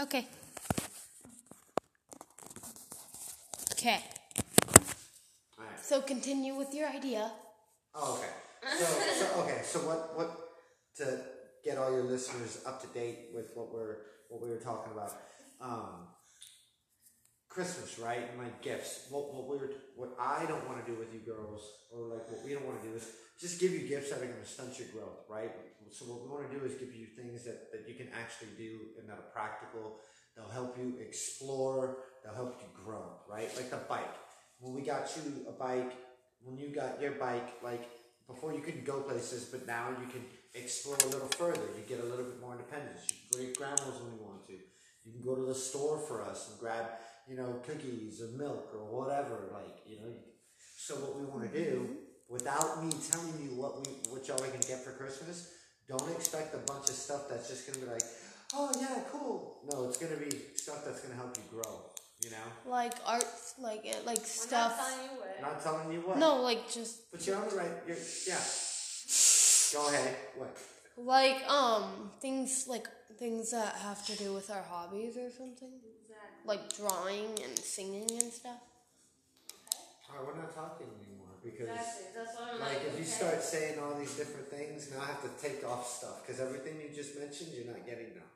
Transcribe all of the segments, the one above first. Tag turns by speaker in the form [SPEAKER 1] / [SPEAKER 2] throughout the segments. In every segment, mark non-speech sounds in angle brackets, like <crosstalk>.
[SPEAKER 1] Okay. Okay.
[SPEAKER 2] Alright.
[SPEAKER 1] So continue with your idea.
[SPEAKER 2] Oh, okay. So, so okay. So what what to get all your listeners up to date with what we're what we were talking about? Um, Christmas, right? And my gifts. What what we were what I don't want to do with you girls, or like what we don't want to do is just give you gifts that are going to stunt your growth, right? So what we want to do is give you things that that you can actually do and that are practical. They'll help you explore. They'll help you grow, right? Like the bike. When we got you a bike, when you got your bike, like before you couldn't go places, but now you can explore a little further. You get a little bit more independence. You can go to grandma's when you want to. You can go to the store for us and grab, you know, cookies or milk or whatever. Like, you know. So what we want to do, without me telling you what we what y'all are gonna get for Christmas, don't expect a bunch of stuff that's just gonna be like, oh yeah, cool. No, it's gonna be stuff that's gonna help you grow. You know,
[SPEAKER 1] Like arts, like uh, like
[SPEAKER 3] We're
[SPEAKER 1] stuff.
[SPEAKER 3] not telling you what.
[SPEAKER 2] not telling you what.
[SPEAKER 1] No, like just
[SPEAKER 2] But you're on the right. You're, yeah. Go ahead. What?
[SPEAKER 1] like um things like things that have to do with our hobbies or something.
[SPEAKER 3] Exactly.
[SPEAKER 1] Like drawing and singing and stuff.
[SPEAKER 2] All right, we're not talking anymore because,
[SPEAKER 3] Exactly. That's what I'm
[SPEAKER 2] like,
[SPEAKER 3] like.
[SPEAKER 2] if you
[SPEAKER 3] okay.
[SPEAKER 2] start saying all these different things, now I have to take off stuff because everything you just mentioned, you're not getting now.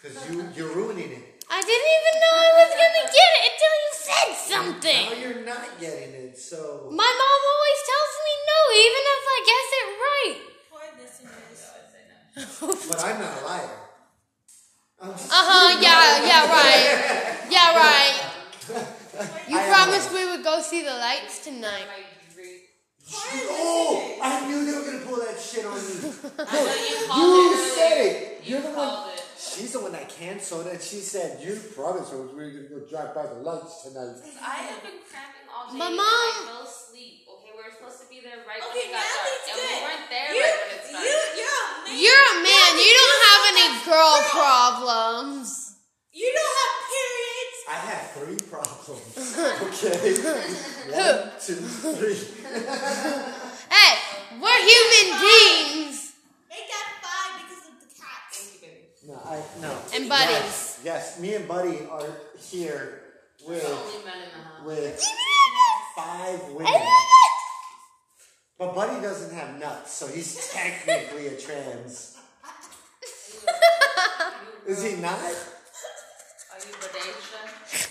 [SPEAKER 2] Because
[SPEAKER 3] <laughs>
[SPEAKER 2] you you're ruining it.
[SPEAKER 1] I didn't even know I was gonna get it until you said something.
[SPEAKER 2] Now you're not getting it. So
[SPEAKER 1] My mom always tells me no, even if I guess it right.
[SPEAKER 3] Pour this in this. <laughs>
[SPEAKER 2] but I'm not a liar. I'm
[SPEAKER 1] Uh huh. Yeah. Yeah. Right. Yeah. Right. You
[SPEAKER 2] I am
[SPEAKER 1] promised we would go see the lights tonight.
[SPEAKER 3] My drink.
[SPEAKER 2] oh, I knew they were gonna pull that shit on
[SPEAKER 3] <laughs>
[SPEAKER 2] you.
[SPEAKER 3] I know you
[SPEAKER 2] You
[SPEAKER 3] called it.
[SPEAKER 2] said it. You're the one.
[SPEAKER 3] called it.
[SPEAKER 2] She's the one that canceled it. She said, "You promised us we were gonna go drive by the lights tonight."
[SPEAKER 3] I have been cramping all day.
[SPEAKER 1] My
[SPEAKER 3] and
[SPEAKER 1] mom-
[SPEAKER 3] I fell asleep. Okay, we were supposed to be there right
[SPEAKER 4] Okay,
[SPEAKER 3] when it got
[SPEAKER 4] now
[SPEAKER 3] dark,
[SPEAKER 4] it's
[SPEAKER 3] and we
[SPEAKER 4] good.
[SPEAKER 3] weren't there
[SPEAKER 4] You,
[SPEAKER 3] right when it
[SPEAKER 4] you,
[SPEAKER 3] started.
[SPEAKER 4] you're a
[SPEAKER 1] You're a
[SPEAKER 4] man.
[SPEAKER 1] man.
[SPEAKER 4] Yeah,
[SPEAKER 1] You don't
[SPEAKER 4] you
[SPEAKER 1] have any girl
[SPEAKER 4] have-
[SPEAKER 1] problems.
[SPEAKER 4] You don't have periods.
[SPEAKER 2] I have three
[SPEAKER 1] <laughs>
[SPEAKER 2] problems. okay. One, two, three.
[SPEAKER 1] Hey, we're human beings
[SPEAKER 4] Make that five because of the cats.
[SPEAKER 3] Thank you, baby.
[SPEAKER 2] No, I no.
[SPEAKER 1] and buddies.
[SPEAKER 2] Yes, yes, me and Buddy are here
[SPEAKER 3] We're the
[SPEAKER 2] with
[SPEAKER 3] only men in the house.
[SPEAKER 2] with five women. But Buddy doesn't have nuts, so he's <laughs> technically a trans. Is he not?
[SPEAKER 3] Are you Badasha?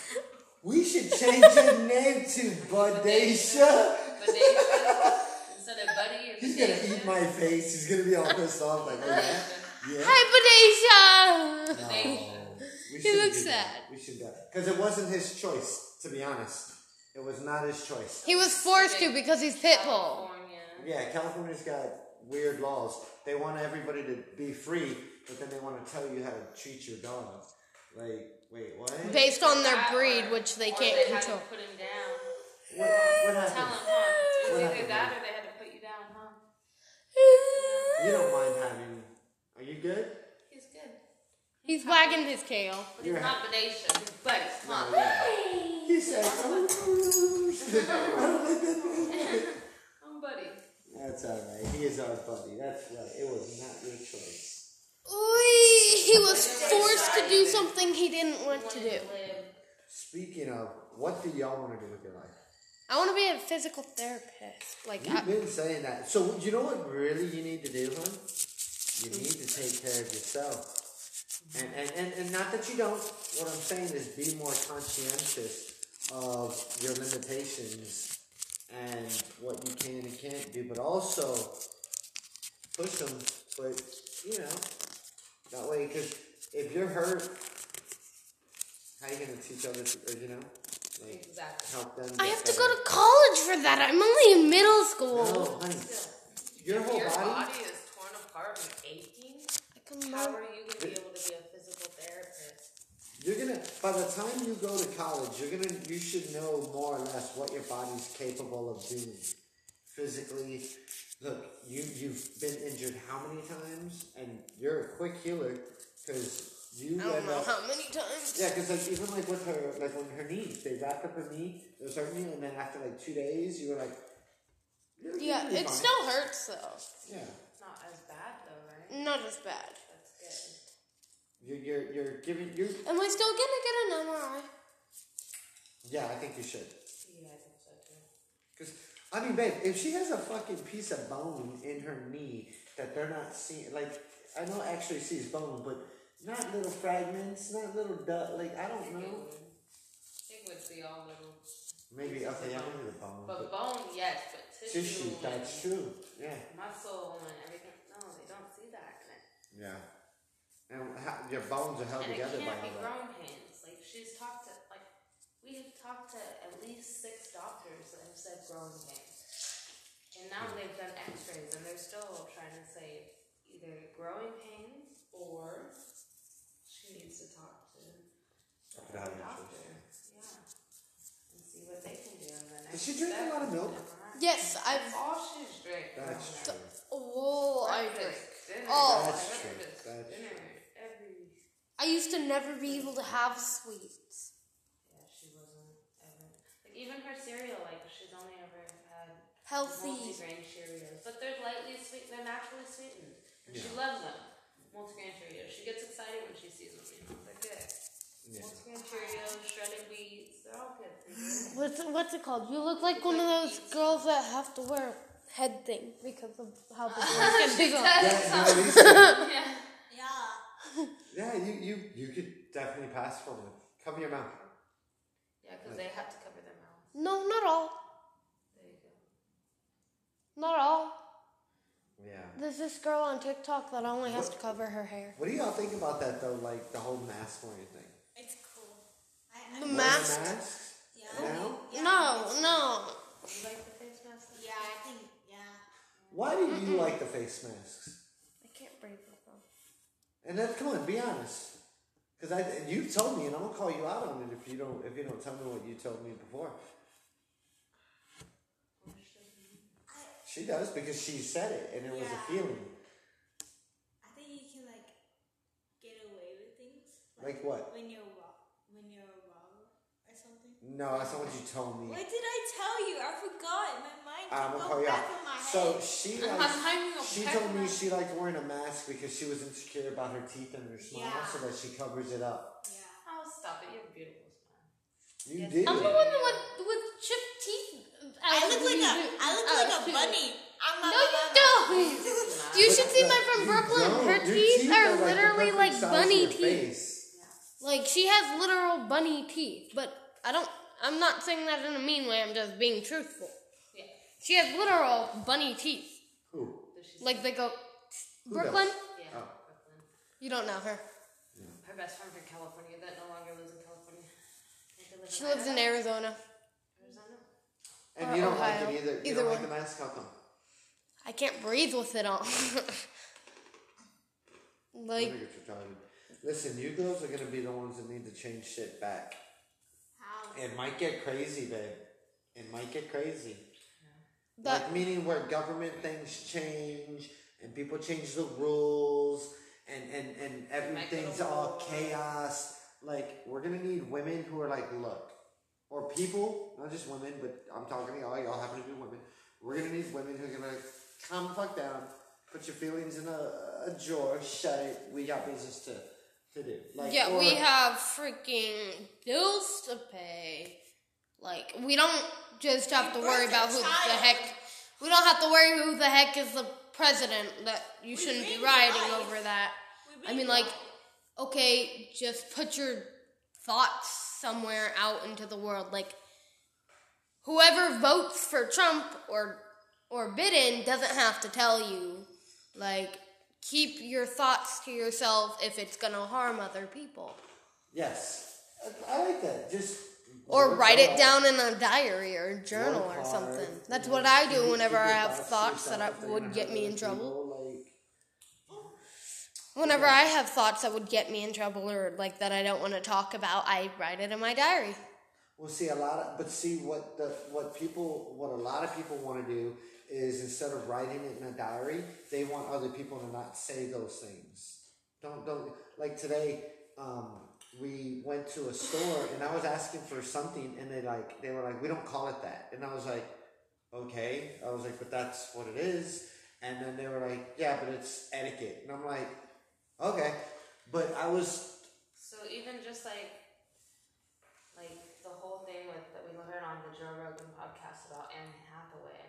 [SPEAKER 2] We should change
[SPEAKER 1] <laughs>
[SPEAKER 2] your name to Buddacia.
[SPEAKER 3] Badasha? Instead of Buddy, you're
[SPEAKER 2] He's gonna
[SPEAKER 3] Badasha?
[SPEAKER 2] eat my face. He's gonna be all pissed off like, oh, yeah. yeah.
[SPEAKER 1] Hi, Badasia.
[SPEAKER 3] Badasha.
[SPEAKER 2] Oh. We
[SPEAKER 1] He
[SPEAKER 2] shouldn't
[SPEAKER 1] looks
[SPEAKER 2] do that. We should do because it wasn't his choice. To be honest, it was not his choice.
[SPEAKER 1] He was forced to because he's pitbull.
[SPEAKER 3] California.
[SPEAKER 2] Yeah, California's got weird laws. They want everybody to be free, but then they want to tell you how to treat your dog. Like, wait, what? What,
[SPEAKER 1] Based on their
[SPEAKER 3] That
[SPEAKER 1] breed,
[SPEAKER 3] or-
[SPEAKER 1] which they
[SPEAKER 3] or
[SPEAKER 1] can't
[SPEAKER 3] they
[SPEAKER 1] control.
[SPEAKER 3] Had to put him down.
[SPEAKER 2] what
[SPEAKER 3] Tell him,
[SPEAKER 2] happened?
[SPEAKER 3] huh?
[SPEAKER 2] What
[SPEAKER 3] It was either
[SPEAKER 2] happened?
[SPEAKER 3] that or they had to put you down, huh?
[SPEAKER 2] You don't mind having? Are you good?
[SPEAKER 3] He's good.
[SPEAKER 1] He's wagging his tail.
[SPEAKER 3] But
[SPEAKER 2] You're
[SPEAKER 3] he's not Badasha. He's Buddy. Huh?
[SPEAKER 2] No, Oh, yeah. He said, "Oh."
[SPEAKER 3] I'm Buddy.
[SPEAKER 2] <laughs> "That's all right. He is our buddy. That's right. It was not your choice."
[SPEAKER 1] He was forced to do something he didn't want to do.
[SPEAKER 3] Live.
[SPEAKER 2] Speaking of, what do y'all want to do with your life?
[SPEAKER 1] I want to be a physical therapist. Like, I,
[SPEAKER 2] You've been saying that. So you know what really you need to do, hon? You need to take care of yourself. And and, and, and not that you don't. What I'm saying is be more conscientious of your limitations and what you can and can't do, but also push them. But you know, that way, because if you're hurt, how you gonna teach others? Or, you know, like
[SPEAKER 3] Exactly.
[SPEAKER 2] help them.
[SPEAKER 1] I
[SPEAKER 2] get
[SPEAKER 1] have to
[SPEAKER 2] better?
[SPEAKER 1] go to college for that. I'm only in middle school.
[SPEAKER 2] No, honey. Your whole
[SPEAKER 3] Your
[SPEAKER 2] body.
[SPEAKER 3] body is torn apart and aching.
[SPEAKER 1] I come
[SPEAKER 3] How
[SPEAKER 1] out-
[SPEAKER 3] are you going to be able to be a physical therapist?
[SPEAKER 2] You're gonna. By the time you go to college, you're gonna. You should know more or less what your body's capable of doing, physically. Look, you you've been injured how many times, and you're a quick healer because you
[SPEAKER 1] I don't
[SPEAKER 2] end
[SPEAKER 1] know
[SPEAKER 2] up.
[SPEAKER 1] how many times.
[SPEAKER 2] Yeah, because like even like with her, like when her knee, they wrapped up her knee, it was hurting you, and then after like two days, you were like, "You're
[SPEAKER 1] Yeah,
[SPEAKER 2] gonna be
[SPEAKER 1] it
[SPEAKER 2] fine."
[SPEAKER 1] still hurts though.
[SPEAKER 2] Yeah.
[SPEAKER 3] It's not as bad though, right?
[SPEAKER 1] Not as bad.
[SPEAKER 3] That's good.
[SPEAKER 2] You're, you're, you're giving you.
[SPEAKER 1] Am I still gonna get an MRI?
[SPEAKER 2] Yeah, I think you should.
[SPEAKER 3] Yeah, I think so too.
[SPEAKER 2] Because I mean, babe, if she has a fucking piece of bone in her knee that they're not seeing, like I know actually sees bone, but not little fragments, not little dut. Like I don't
[SPEAKER 3] It
[SPEAKER 2] know.
[SPEAKER 3] would. It would be all little.
[SPEAKER 2] Maybe okay, I remember the bone. But
[SPEAKER 3] But bone, yes, but tissue.
[SPEAKER 2] tissue, that's true. Yeah.
[SPEAKER 3] and Muscle and everything. No, they don't see that. And, it-
[SPEAKER 2] Yeah. And how, your bones are held
[SPEAKER 3] and it
[SPEAKER 2] together by
[SPEAKER 3] can't be
[SPEAKER 2] all that.
[SPEAKER 3] grown hands. Like she's talked to, like we have talked to at least six doctors that have said grown hands, and now they've done X-rays and they're still trying to say either growing pains or she needs to talk to
[SPEAKER 2] Put out
[SPEAKER 3] a
[SPEAKER 2] an
[SPEAKER 3] doctor.
[SPEAKER 2] X-ray.
[SPEAKER 3] Yeah, and see what they can do. And the next
[SPEAKER 2] Does she drink a
[SPEAKER 3] step
[SPEAKER 2] lot of
[SPEAKER 3] is
[SPEAKER 2] milk?
[SPEAKER 3] MRI.
[SPEAKER 1] Yes,
[SPEAKER 3] That's
[SPEAKER 1] I've.
[SPEAKER 3] all she's drinking.
[SPEAKER 2] That's true.
[SPEAKER 1] Whoa, I drink.
[SPEAKER 3] Dinner,
[SPEAKER 1] Oh.
[SPEAKER 2] That's true.
[SPEAKER 3] breakfast,
[SPEAKER 2] That's
[SPEAKER 3] dinner, every.
[SPEAKER 1] I used to never be able to have sweets.
[SPEAKER 3] Yeah, she wasn't ever. Like even her cereal, like she's only ever had
[SPEAKER 1] Healthy.
[SPEAKER 3] multigrain Cheerios, but they're lightly sweet. They're naturally sweetened. And She
[SPEAKER 2] Yeah.
[SPEAKER 3] loves them. Multigrain Cheerios. She gets excited when she sees them. You know, they're good.
[SPEAKER 2] Yeah.
[SPEAKER 3] Multigrain Cheerios, shredded wheats, they're all
[SPEAKER 1] <laughs>
[SPEAKER 3] good. for you.
[SPEAKER 1] What's what's it called? You look like one of those girls that have to wear a head thing because of how the doors
[SPEAKER 3] She
[SPEAKER 1] can go.
[SPEAKER 3] <laughs>
[SPEAKER 2] Yeah,
[SPEAKER 3] does.
[SPEAKER 2] you know, Lisa,
[SPEAKER 3] Yeah.
[SPEAKER 4] Yeah.
[SPEAKER 2] yeah, you, you you could definitely pass for one. Cover your mouth.
[SPEAKER 3] Yeah, because they have to cover their mouths.
[SPEAKER 1] No, not all.
[SPEAKER 3] There you go.
[SPEAKER 1] Not all.
[SPEAKER 2] Yeah.
[SPEAKER 1] There's this girl on TikTok that only has to
[SPEAKER 2] What?
[SPEAKER 1] cover her hair.
[SPEAKER 2] What do y'all think about that though? Like the whole mask wearing thing.
[SPEAKER 4] It's cool. I, I
[SPEAKER 1] The
[SPEAKER 4] like
[SPEAKER 1] ma-
[SPEAKER 4] it.
[SPEAKER 1] Mask?
[SPEAKER 2] Wearing masks?
[SPEAKER 4] Yeah.
[SPEAKER 2] Now?
[SPEAKER 4] Yeah.
[SPEAKER 1] No, no.
[SPEAKER 3] You like the face mask? though?
[SPEAKER 4] Yeah, I think, yeah.
[SPEAKER 2] Why do you like the face masks?
[SPEAKER 1] I can't breathe right now.
[SPEAKER 2] And that, come on, be honest. Because I, and you told me, and I'm gonna call you out on it if you don't, if you don't tell me what you told me before. She does because she said it, and it was
[SPEAKER 4] Yeah.
[SPEAKER 2] a feeling.
[SPEAKER 4] I think you can, like, get away with things.
[SPEAKER 2] Like what?
[SPEAKER 4] When you're wrong. When you're wrong or something.
[SPEAKER 2] No, that's not what you told me.
[SPEAKER 4] What did I tell you? I forgot. My mind
[SPEAKER 2] I'm
[SPEAKER 4] can
[SPEAKER 2] gonna
[SPEAKER 4] go
[SPEAKER 2] call you
[SPEAKER 4] back
[SPEAKER 2] out.
[SPEAKER 4] in my
[SPEAKER 2] So
[SPEAKER 4] head.
[SPEAKER 2] she
[SPEAKER 3] I'm
[SPEAKER 2] likes,
[SPEAKER 3] hiding a
[SPEAKER 2] she
[SPEAKER 3] pack
[SPEAKER 2] told
[SPEAKER 3] of
[SPEAKER 2] me
[SPEAKER 3] my-
[SPEAKER 2] she liked wearing a mask because she was insecure about her teeth and her smile,
[SPEAKER 4] Yeah.
[SPEAKER 2] so that she covers it up.
[SPEAKER 4] Yeah.
[SPEAKER 3] Oh, stop it. You have a beautiful smile.
[SPEAKER 2] You
[SPEAKER 3] Yes.
[SPEAKER 2] did.
[SPEAKER 1] I'm the
[SPEAKER 2] it.
[SPEAKER 1] one with with chipped teeth.
[SPEAKER 4] I look like a, I look like a
[SPEAKER 1] Attitude.
[SPEAKER 4] bunny. I'm a
[SPEAKER 1] Oh, No, you don't. You
[SPEAKER 2] But
[SPEAKER 1] should see
[SPEAKER 2] no,
[SPEAKER 1] my friend
[SPEAKER 2] you
[SPEAKER 1] Brooklyn.
[SPEAKER 2] don't.
[SPEAKER 1] Her
[SPEAKER 2] Your
[SPEAKER 1] teeth, are
[SPEAKER 2] like the
[SPEAKER 1] literally
[SPEAKER 2] perfect
[SPEAKER 1] like
[SPEAKER 2] size for
[SPEAKER 1] bunny
[SPEAKER 2] your
[SPEAKER 1] teeth.
[SPEAKER 2] face.
[SPEAKER 1] Like she has literal bunny teeth, but I don't. I'm not saying that in a mean way. I'm just being truthful.
[SPEAKER 3] Yeah.
[SPEAKER 1] She has literal bunny teeth.
[SPEAKER 2] Who?
[SPEAKER 3] Does she
[SPEAKER 1] Like they go.
[SPEAKER 2] Who
[SPEAKER 1] Brooklyn,
[SPEAKER 2] does?
[SPEAKER 3] Yeah,
[SPEAKER 2] Oh.
[SPEAKER 3] Brooklyn.
[SPEAKER 1] you don't know her.
[SPEAKER 3] Her best friend from California that no longer lives in California. I think they live
[SPEAKER 1] She lives in
[SPEAKER 3] Idaho.
[SPEAKER 1] Arizona.
[SPEAKER 3] Arizona.
[SPEAKER 2] And
[SPEAKER 1] Or
[SPEAKER 2] you don't like
[SPEAKER 1] Uh, Ohio.
[SPEAKER 2] it either. You
[SPEAKER 1] Either
[SPEAKER 2] don't like
[SPEAKER 1] one.
[SPEAKER 2] the mask. How come?
[SPEAKER 1] I can't breathe with it on. <laughs> like
[SPEAKER 2] I think it's retarded. Listen, you girls are gonna be the ones that need to change shit back.
[SPEAKER 4] How?
[SPEAKER 2] It might get crazy, babe. It might get crazy.
[SPEAKER 1] that.
[SPEAKER 2] like meaning where government things change and people change the rules and and and everything's
[SPEAKER 3] little
[SPEAKER 2] all
[SPEAKER 3] rules.
[SPEAKER 2] chaos. Like we're gonna need women who are like, look, or people, not just women, but I'm talking to y'all. Y'all happen to be women. We're gonna need women who are gonna like, calm the fuck down, put your feelings in a, a drawer, shut it. We got business to to do. Like
[SPEAKER 1] yeah,
[SPEAKER 2] or-
[SPEAKER 1] we have freaking bills to pay. Like, we don't just have to
[SPEAKER 4] We
[SPEAKER 1] worry
[SPEAKER 4] birthed a
[SPEAKER 1] about who the
[SPEAKER 4] child.
[SPEAKER 1] heck. We don't have to worry who the heck is the president that you shouldn't be
[SPEAKER 4] bring
[SPEAKER 1] rioting
[SPEAKER 4] life.
[SPEAKER 1] over that.
[SPEAKER 4] We
[SPEAKER 1] I mean,
[SPEAKER 4] bring
[SPEAKER 1] like,
[SPEAKER 4] life.
[SPEAKER 1] okay, just put your thoughts somewhere out into the world. Like, whoever votes for Trump or or Biden doesn't have to tell you. Like, keep your thoughts to yourself if it's gonna harm other people.
[SPEAKER 2] yes, I, I like that. Just
[SPEAKER 1] Or
[SPEAKER 2] work
[SPEAKER 1] write
[SPEAKER 2] out.
[SPEAKER 1] it down in a diary or a journal or
[SPEAKER 2] Work
[SPEAKER 1] something.
[SPEAKER 2] hard,
[SPEAKER 1] That's
[SPEAKER 2] you
[SPEAKER 1] what
[SPEAKER 2] know,
[SPEAKER 1] I
[SPEAKER 2] keep-
[SPEAKER 1] do whenever
[SPEAKER 2] keep
[SPEAKER 1] I
[SPEAKER 2] your
[SPEAKER 1] have
[SPEAKER 2] to
[SPEAKER 1] thoughts that
[SPEAKER 2] yourself
[SPEAKER 1] I
[SPEAKER 2] if
[SPEAKER 1] would
[SPEAKER 2] you're
[SPEAKER 1] get
[SPEAKER 2] not
[SPEAKER 1] me in
[SPEAKER 2] other
[SPEAKER 1] trouble.
[SPEAKER 2] people, like,
[SPEAKER 1] Whenever I have thoughts that would get me in trouble or like that I don't want to talk about, I write it in my diary.
[SPEAKER 2] well, see a lot of, but see what the what people what a lot of people want to do is instead of writing it in a diary, they want other people to not say those things. Don't don't like today. Um, we went to a store and I was asking for something, and they like they were like, we don't call it that, and I was like, okay. I was like, but that's what it is. And then they were like, yeah, but it's etiquette, and I'm like, okay. But I was
[SPEAKER 3] So even just like like the whole thing with that we heard on the Joe Rogan podcast about Anne Hathaway.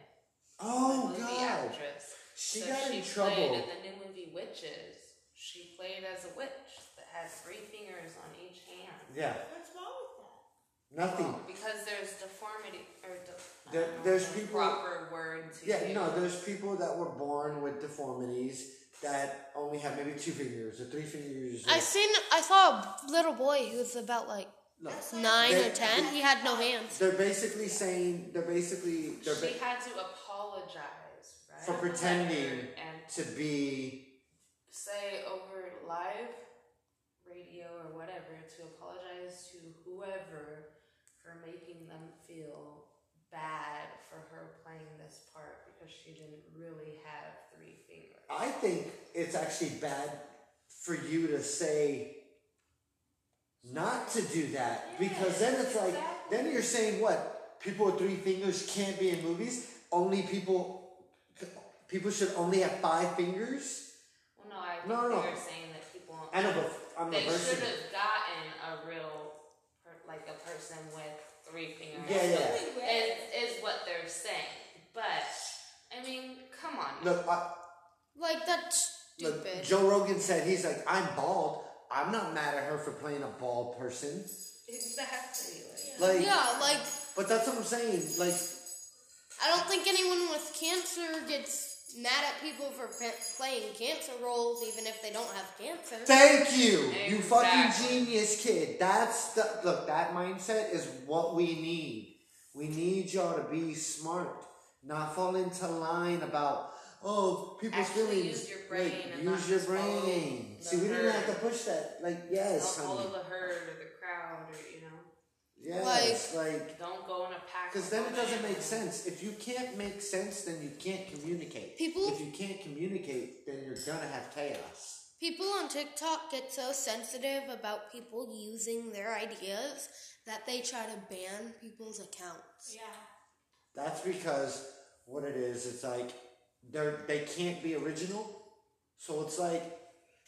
[SPEAKER 2] oh
[SPEAKER 3] the movie
[SPEAKER 2] god,
[SPEAKER 3] actress.
[SPEAKER 2] she
[SPEAKER 3] so
[SPEAKER 2] got
[SPEAKER 3] she
[SPEAKER 2] in
[SPEAKER 3] played
[SPEAKER 2] trouble.
[SPEAKER 3] in the new movie Witches. She played as a witch that had three fingers on each hand.
[SPEAKER 2] yeah,
[SPEAKER 4] What's wrong with that?
[SPEAKER 2] nothing.
[SPEAKER 3] Well, because there's deformity or de- I
[SPEAKER 2] There-
[SPEAKER 3] don't know
[SPEAKER 2] there's
[SPEAKER 3] the
[SPEAKER 2] people-
[SPEAKER 3] proper word to
[SPEAKER 2] Yeah,
[SPEAKER 3] use.
[SPEAKER 2] no, there's people that were born with deformities that only have maybe two fingers or three fingers. Or,
[SPEAKER 1] I seen. I saw a little boy who was about like
[SPEAKER 2] look,
[SPEAKER 1] nine
[SPEAKER 2] They-
[SPEAKER 1] or ten. He had no hands.
[SPEAKER 2] they're basically saying they're basically they're
[SPEAKER 3] she
[SPEAKER 2] ba-
[SPEAKER 3] had to apologize right?
[SPEAKER 2] For pretending.
[SPEAKER 3] and
[SPEAKER 2] to be
[SPEAKER 3] say over live radio or whatever to apologize to whoever for making them feel bad for her playing this part because she didn't really have three fingers.
[SPEAKER 2] I think it's actually bad for you to say not to do that because then it's like then you're saying what people with three fingers can't be in movies. Only people people should only have five fingers.
[SPEAKER 3] Well, no, I think
[SPEAKER 2] No, no,
[SPEAKER 3] they
[SPEAKER 2] no.
[SPEAKER 3] were saying that people
[SPEAKER 2] I know, but I'm
[SPEAKER 3] they
[SPEAKER 2] reversing.
[SPEAKER 3] should
[SPEAKER 2] it.
[SPEAKER 3] have gotten a real per, like a person with three fingers.
[SPEAKER 2] Yeah, yeah.
[SPEAKER 4] Really
[SPEAKER 3] Is,
[SPEAKER 4] weird.
[SPEAKER 3] is what they're saying, but I mean, come on.
[SPEAKER 2] Look, I,
[SPEAKER 1] Like that's
[SPEAKER 2] Look,
[SPEAKER 1] stupid.
[SPEAKER 2] Joe Rogan said he's like, I'm bald. I'm not mad at her for playing a bald person.
[SPEAKER 3] Exactly. Like,
[SPEAKER 2] Like,
[SPEAKER 1] yeah, like
[SPEAKER 2] but that's what I'm saying. Like,
[SPEAKER 1] I don't think anyone with cancer gets mad at people for pa- playing cancer roles, even if they don't have cancer.
[SPEAKER 2] thank you, you
[SPEAKER 3] Exactly.
[SPEAKER 2] fucking genius kid. That's the look. That mindset is what we need. We need y'all to be smart, not fall into line about oh people's
[SPEAKER 3] Actually
[SPEAKER 2] feelings.
[SPEAKER 3] use your brain
[SPEAKER 2] Like,
[SPEAKER 3] and
[SPEAKER 2] use
[SPEAKER 3] not
[SPEAKER 2] your
[SPEAKER 3] just follow
[SPEAKER 2] brain.
[SPEAKER 3] the
[SPEAKER 2] See, we didn't
[SPEAKER 3] herd.
[SPEAKER 2] have to push that. Like, yes,
[SPEAKER 3] Don't follow
[SPEAKER 2] honey.
[SPEAKER 3] the herd or the crowd, or you know,
[SPEAKER 2] Yes, like
[SPEAKER 3] don't go in a pack.
[SPEAKER 2] Because
[SPEAKER 3] of
[SPEAKER 2] then it
[SPEAKER 3] women.
[SPEAKER 2] doesn't make sense. If you can't make sense, then you can't communicate.
[SPEAKER 1] People-
[SPEAKER 2] If you can't communicate, then you're gonna have chaos.
[SPEAKER 1] People on TikTok get so sensitive about people using their ideas that they try to ban people's accounts.
[SPEAKER 4] Yeah.
[SPEAKER 2] That's because what it is. It's like they're they can't be original. So it's like,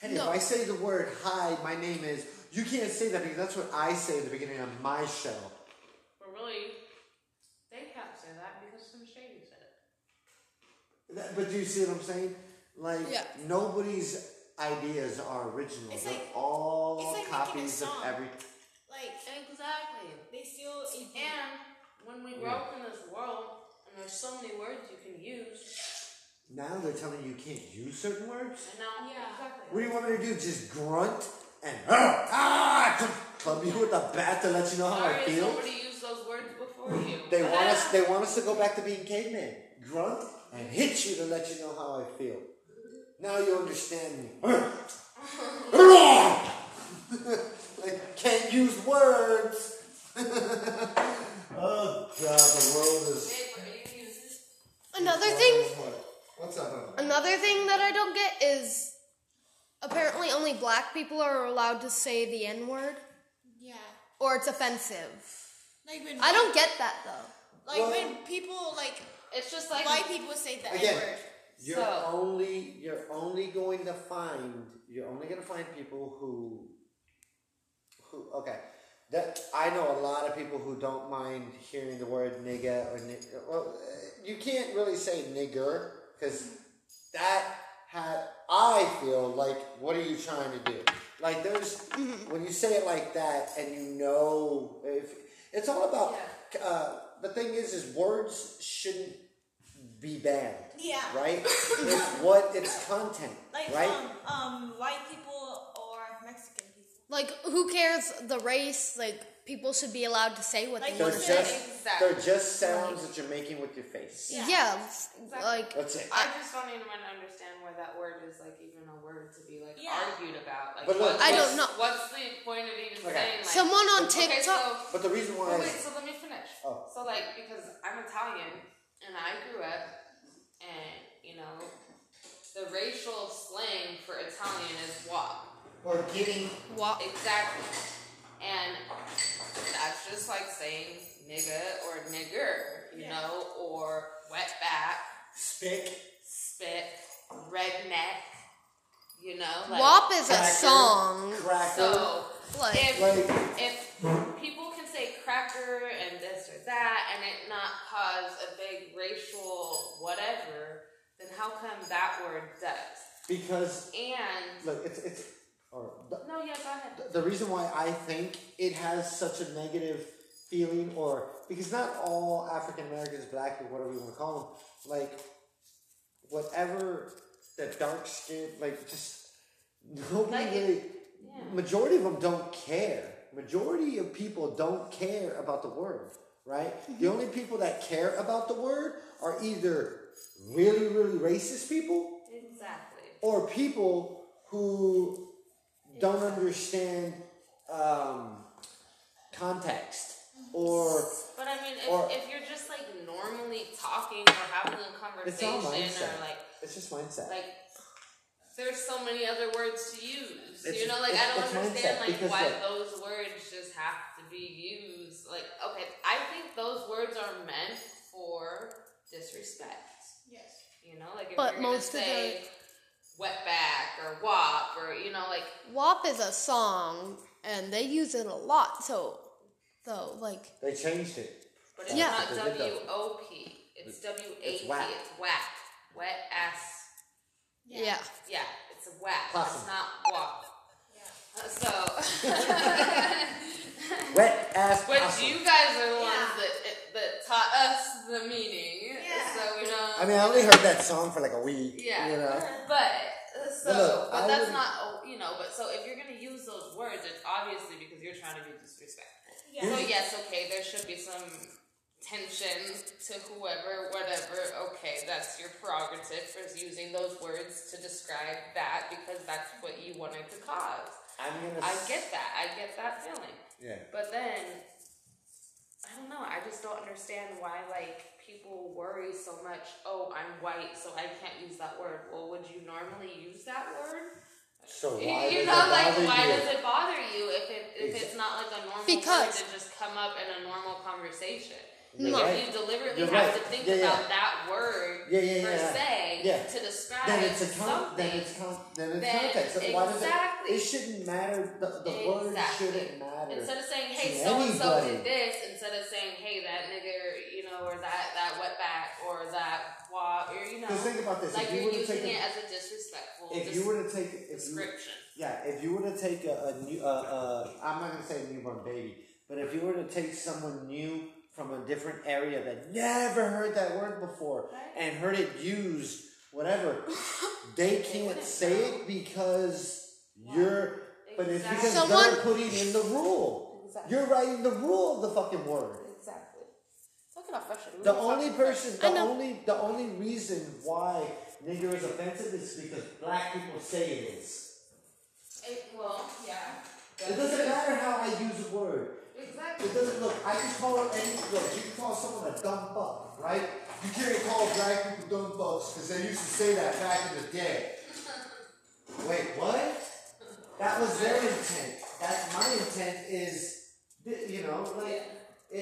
[SPEAKER 2] hey,
[SPEAKER 1] No.
[SPEAKER 2] if I say the word "hi," my name is. You can't say that because that's what I say at the beginning of my show.
[SPEAKER 3] But really, they can't say that because some shady said it.
[SPEAKER 2] That- but do you see what I'm saying? Like
[SPEAKER 1] Yeah.
[SPEAKER 2] nobody's ideas are original.
[SPEAKER 4] It's
[SPEAKER 2] They're
[SPEAKER 4] like-
[SPEAKER 2] all
[SPEAKER 4] it's like making a
[SPEAKER 2] copies of
[SPEAKER 4] song.
[SPEAKER 2] every.
[SPEAKER 4] Like
[SPEAKER 3] Exactly.
[SPEAKER 4] they still yeah.
[SPEAKER 3] And when
[SPEAKER 2] Oh,
[SPEAKER 3] we grow up in this world, and there's so many words you can use,
[SPEAKER 2] Now they're telling you you can't use certain words.
[SPEAKER 3] and now
[SPEAKER 4] Yeah.
[SPEAKER 2] What
[SPEAKER 3] exactly.
[SPEAKER 2] do you want me to do? Just grunt and "Ah, ah, club you with a bat to let you know how I
[SPEAKER 3] Sorry, if
[SPEAKER 2] feel?
[SPEAKER 3] somebody used those words before you. <laughs>
[SPEAKER 2] They want us. They want us to go back to being cavemen. Grunt and hit you to let you know how I feel. Now you understand me. <laughs> like can't use words. <laughs> oh God, the world is.
[SPEAKER 3] Hey, what do you use?
[SPEAKER 1] Another thing,
[SPEAKER 2] What's up? Emma?
[SPEAKER 1] another thing that I don't get is apparently only black people are allowed to say the N word
[SPEAKER 4] Yeah.
[SPEAKER 1] or it's offensive.
[SPEAKER 4] Like when
[SPEAKER 1] I don't get that though.
[SPEAKER 4] like
[SPEAKER 2] Well-
[SPEAKER 4] when people like
[SPEAKER 3] It's just like
[SPEAKER 4] white people say the N
[SPEAKER 2] Again,
[SPEAKER 4] word.
[SPEAKER 2] You're
[SPEAKER 3] So-
[SPEAKER 2] only you're only going to find you're only going to find people who who okay that I know a lot of people who don't mind hearing the word nigga or ni- well eh, you can't really say nigger because that had I feel like what are you trying to do like there's when you say it like that and you know if it's all about uh, the thing is is words shouldn't be banned
[SPEAKER 4] Yeah.
[SPEAKER 2] right? it's what it's content,
[SPEAKER 4] Like
[SPEAKER 2] right?
[SPEAKER 4] um um white people or Mexican people.
[SPEAKER 1] Like who cares the race? Like people should be allowed to say what
[SPEAKER 4] Like
[SPEAKER 1] they
[SPEAKER 2] they're
[SPEAKER 1] want
[SPEAKER 4] you
[SPEAKER 1] to
[SPEAKER 2] just
[SPEAKER 4] said,
[SPEAKER 1] say.
[SPEAKER 3] exactly.
[SPEAKER 2] they're just sounds that you're making with your face.
[SPEAKER 4] Yeah.
[SPEAKER 1] Yeah, it's like
[SPEAKER 2] That's it.
[SPEAKER 3] I just don't even understand where that word is like even a word to be like
[SPEAKER 4] Yeah.
[SPEAKER 3] argued about. Like,
[SPEAKER 2] But look-
[SPEAKER 3] what-
[SPEAKER 1] I
[SPEAKER 3] what's-
[SPEAKER 1] don't know.
[SPEAKER 3] What's the point of even
[SPEAKER 2] Okay.
[SPEAKER 3] saying like
[SPEAKER 1] someone on
[SPEAKER 3] okay,
[SPEAKER 1] TikTok.
[SPEAKER 3] so-
[SPEAKER 2] But the reason why
[SPEAKER 3] well, wait,
[SPEAKER 2] is
[SPEAKER 3] so let me finish.
[SPEAKER 2] Oh.
[SPEAKER 3] So like because I'm Italian and I grew up and you know the racial slang for Italian is wop.
[SPEAKER 2] or getting
[SPEAKER 1] Wa-
[SPEAKER 3] Exactly. And that's just like saying nigga or nigger, you
[SPEAKER 4] Yeah.
[SPEAKER 3] know, or wetback
[SPEAKER 2] spick.
[SPEAKER 3] spit, redneck, You know, like
[SPEAKER 1] WAP is a
[SPEAKER 2] Cracker,
[SPEAKER 1] song.
[SPEAKER 2] Cracker.
[SPEAKER 3] so.
[SPEAKER 1] Like,
[SPEAKER 3] If,
[SPEAKER 2] Like-
[SPEAKER 3] if people can say cracker and this or that and it not cause a big racial whatever, then how come that word does?
[SPEAKER 2] Because
[SPEAKER 3] And
[SPEAKER 2] look, it's it's or the,
[SPEAKER 3] no, yeah, go ahead.
[SPEAKER 2] the reason why I think it has such a negative feeling, or because not all African Americans, black or whatever you want to call them, like whatever the dark skin, like just nobody
[SPEAKER 3] Like it-
[SPEAKER 2] really.
[SPEAKER 3] Yeah.
[SPEAKER 2] Majority of them don't care. Majority of people don't care about the word, right?
[SPEAKER 3] Mm-hmm.
[SPEAKER 2] The only people that care about the word are either really, really racist people
[SPEAKER 3] Exactly.
[SPEAKER 2] or people who don't understand um, context
[SPEAKER 3] Mm-hmm.
[SPEAKER 2] or
[SPEAKER 3] But I mean, if,
[SPEAKER 2] Or-
[SPEAKER 3] if you're just like normally talking or having a
[SPEAKER 2] it's all
[SPEAKER 3] conversation
[SPEAKER 2] mindset.
[SPEAKER 3] or like
[SPEAKER 2] It's just mindset.
[SPEAKER 3] like there's so many other words to use.
[SPEAKER 2] It's-
[SPEAKER 3] you know, like I
[SPEAKER 2] it's-
[SPEAKER 3] don't
[SPEAKER 2] it's mindset,
[SPEAKER 3] understand like
[SPEAKER 2] because,
[SPEAKER 3] why
[SPEAKER 2] like-
[SPEAKER 3] those words just have to be used. Like, okay, I think those words are meant for disrespect.
[SPEAKER 4] Yes.
[SPEAKER 3] You know, like if
[SPEAKER 1] But
[SPEAKER 3] you're gonna
[SPEAKER 1] most of
[SPEAKER 3] say wet back or wop or you know, like
[SPEAKER 1] WAP is a song, and they use it a lot. So, so like,
[SPEAKER 2] they changed it.
[SPEAKER 3] but it's
[SPEAKER 1] Yeah.
[SPEAKER 3] not
[SPEAKER 2] They did that.
[SPEAKER 3] W O P. It's W A P.
[SPEAKER 2] whack.
[SPEAKER 3] It's whack. Wet ass
[SPEAKER 1] yeah.
[SPEAKER 3] Yeah, it's a whack.
[SPEAKER 2] Possum.
[SPEAKER 3] It's not wop. Uh, So, <laughs>
[SPEAKER 2] <laughs> Wet ass.
[SPEAKER 3] but
[SPEAKER 2] possum.
[SPEAKER 3] you guys are the ones
[SPEAKER 4] Yeah.
[SPEAKER 3] that that taught us the meaning.
[SPEAKER 4] Yeah.
[SPEAKER 3] So we don't.
[SPEAKER 2] I mean, I only heard that song for like a week.
[SPEAKER 3] yeah.
[SPEAKER 2] You know.
[SPEAKER 3] Uh, But so,
[SPEAKER 2] But look,
[SPEAKER 3] but
[SPEAKER 2] I
[SPEAKER 3] that's
[SPEAKER 2] would-
[SPEAKER 3] not a- you know. But so if you're gonna use those words, it's obviously because you're trying to be disrespectful.
[SPEAKER 4] Yeah.
[SPEAKER 2] Mm-hmm.
[SPEAKER 3] So yes, okay, there should be some tension to whoever, whatever. Okay, that's your prerogative for using those words to describe that because that's what you wanted to cause.
[SPEAKER 2] I'm gonna.
[SPEAKER 3] I
[SPEAKER 2] s-
[SPEAKER 3] get that. I get that feeling.
[SPEAKER 2] Yeah.
[SPEAKER 3] But then, I don't know. I just don't understand why like people worry so much. Oh, I'm white, so I can't use that word. Well, would you normally use that word?
[SPEAKER 2] So
[SPEAKER 3] You-
[SPEAKER 2] why
[SPEAKER 3] <laughs>
[SPEAKER 2] does
[SPEAKER 3] you know,
[SPEAKER 2] it
[SPEAKER 3] like
[SPEAKER 2] bother
[SPEAKER 3] why
[SPEAKER 2] you?
[SPEAKER 3] does it bother you if it if
[SPEAKER 2] Exa-
[SPEAKER 3] it's not like a normal
[SPEAKER 1] Because-
[SPEAKER 3] word to just come up in a normal conversation.
[SPEAKER 2] You're
[SPEAKER 3] Like
[SPEAKER 2] right.
[SPEAKER 3] if you deliberately
[SPEAKER 2] You're
[SPEAKER 3] have
[SPEAKER 2] right.
[SPEAKER 3] to think
[SPEAKER 2] Yeah, yeah.
[SPEAKER 3] about that word
[SPEAKER 2] Yeah, yeah,
[SPEAKER 3] per
[SPEAKER 2] yeah, yeah.
[SPEAKER 3] se
[SPEAKER 2] Yeah.
[SPEAKER 3] to describe
[SPEAKER 2] Then it's a con-
[SPEAKER 3] something.
[SPEAKER 2] then it's con- then it's
[SPEAKER 3] Then-
[SPEAKER 2] context. Then Why does it?
[SPEAKER 3] exactly.
[SPEAKER 2] It shouldn't matter. The, the word
[SPEAKER 3] Exactly.
[SPEAKER 2] shouldn't matter.
[SPEAKER 3] Instead of saying,
[SPEAKER 2] to
[SPEAKER 3] hey, so and so
[SPEAKER 2] anybody.
[SPEAKER 3] did this, instead of saying, hey, that nigger, you know, or that that wetback, or that wah, or you know,
[SPEAKER 2] Because think about this.
[SPEAKER 3] like
[SPEAKER 2] if you
[SPEAKER 3] you're
[SPEAKER 2] were to
[SPEAKER 3] using
[SPEAKER 2] take
[SPEAKER 3] it
[SPEAKER 2] a,
[SPEAKER 3] as a disrespectful
[SPEAKER 2] if
[SPEAKER 3] dis-
[SPEAKER 2] you were to take if you,
[SPEAKER 3] description.
[SPEAKER 2] Yeah, if you were to take a, a new, uh, uh, I'm not gonna say a newborn baby, but if you were to take someone new from a different area that never heard that word before and heard it used,
[SPEAKER 3] <laughs>
[SPEAKER 2] whatever, they can't
[SPEAKER 3] wouldn't
[SPEAKER 2] say it because you're. But it's because
[SPEAKER 1] Someone-
[SPEAKER 2] they're putting in the rule.
[SPEAKER 3] Exactly.
[SPEAKER 2] You're writing the rule of the fucking word.
[SPEAKER 3] Exactly. Look at how frustrated we
[SPEAKER 2] The
[SPEAKER 3] were
[SPEAKER 2] only
[SPEAKER 3] talking
[SPEAKER 2] person, the
[SPEAKER 1] I know.
[SPEAKER 2] only, the only reason why nigger is offensive is because black people say it is.
[SPEAKER 3] about- It- well, yeah.
[SPEAKER 2] It doesn't matter how I use a word.
[SPEAKER 3] Exactly.
[SPEAKER 2] It doesn't look. I can call it any. Look, you can call someone a dumb fuck, right? You can't call black people dumb fucks because they used to say that back in the day. Wait, what? That was their intent. That's my intent. Is th- you know like it, it,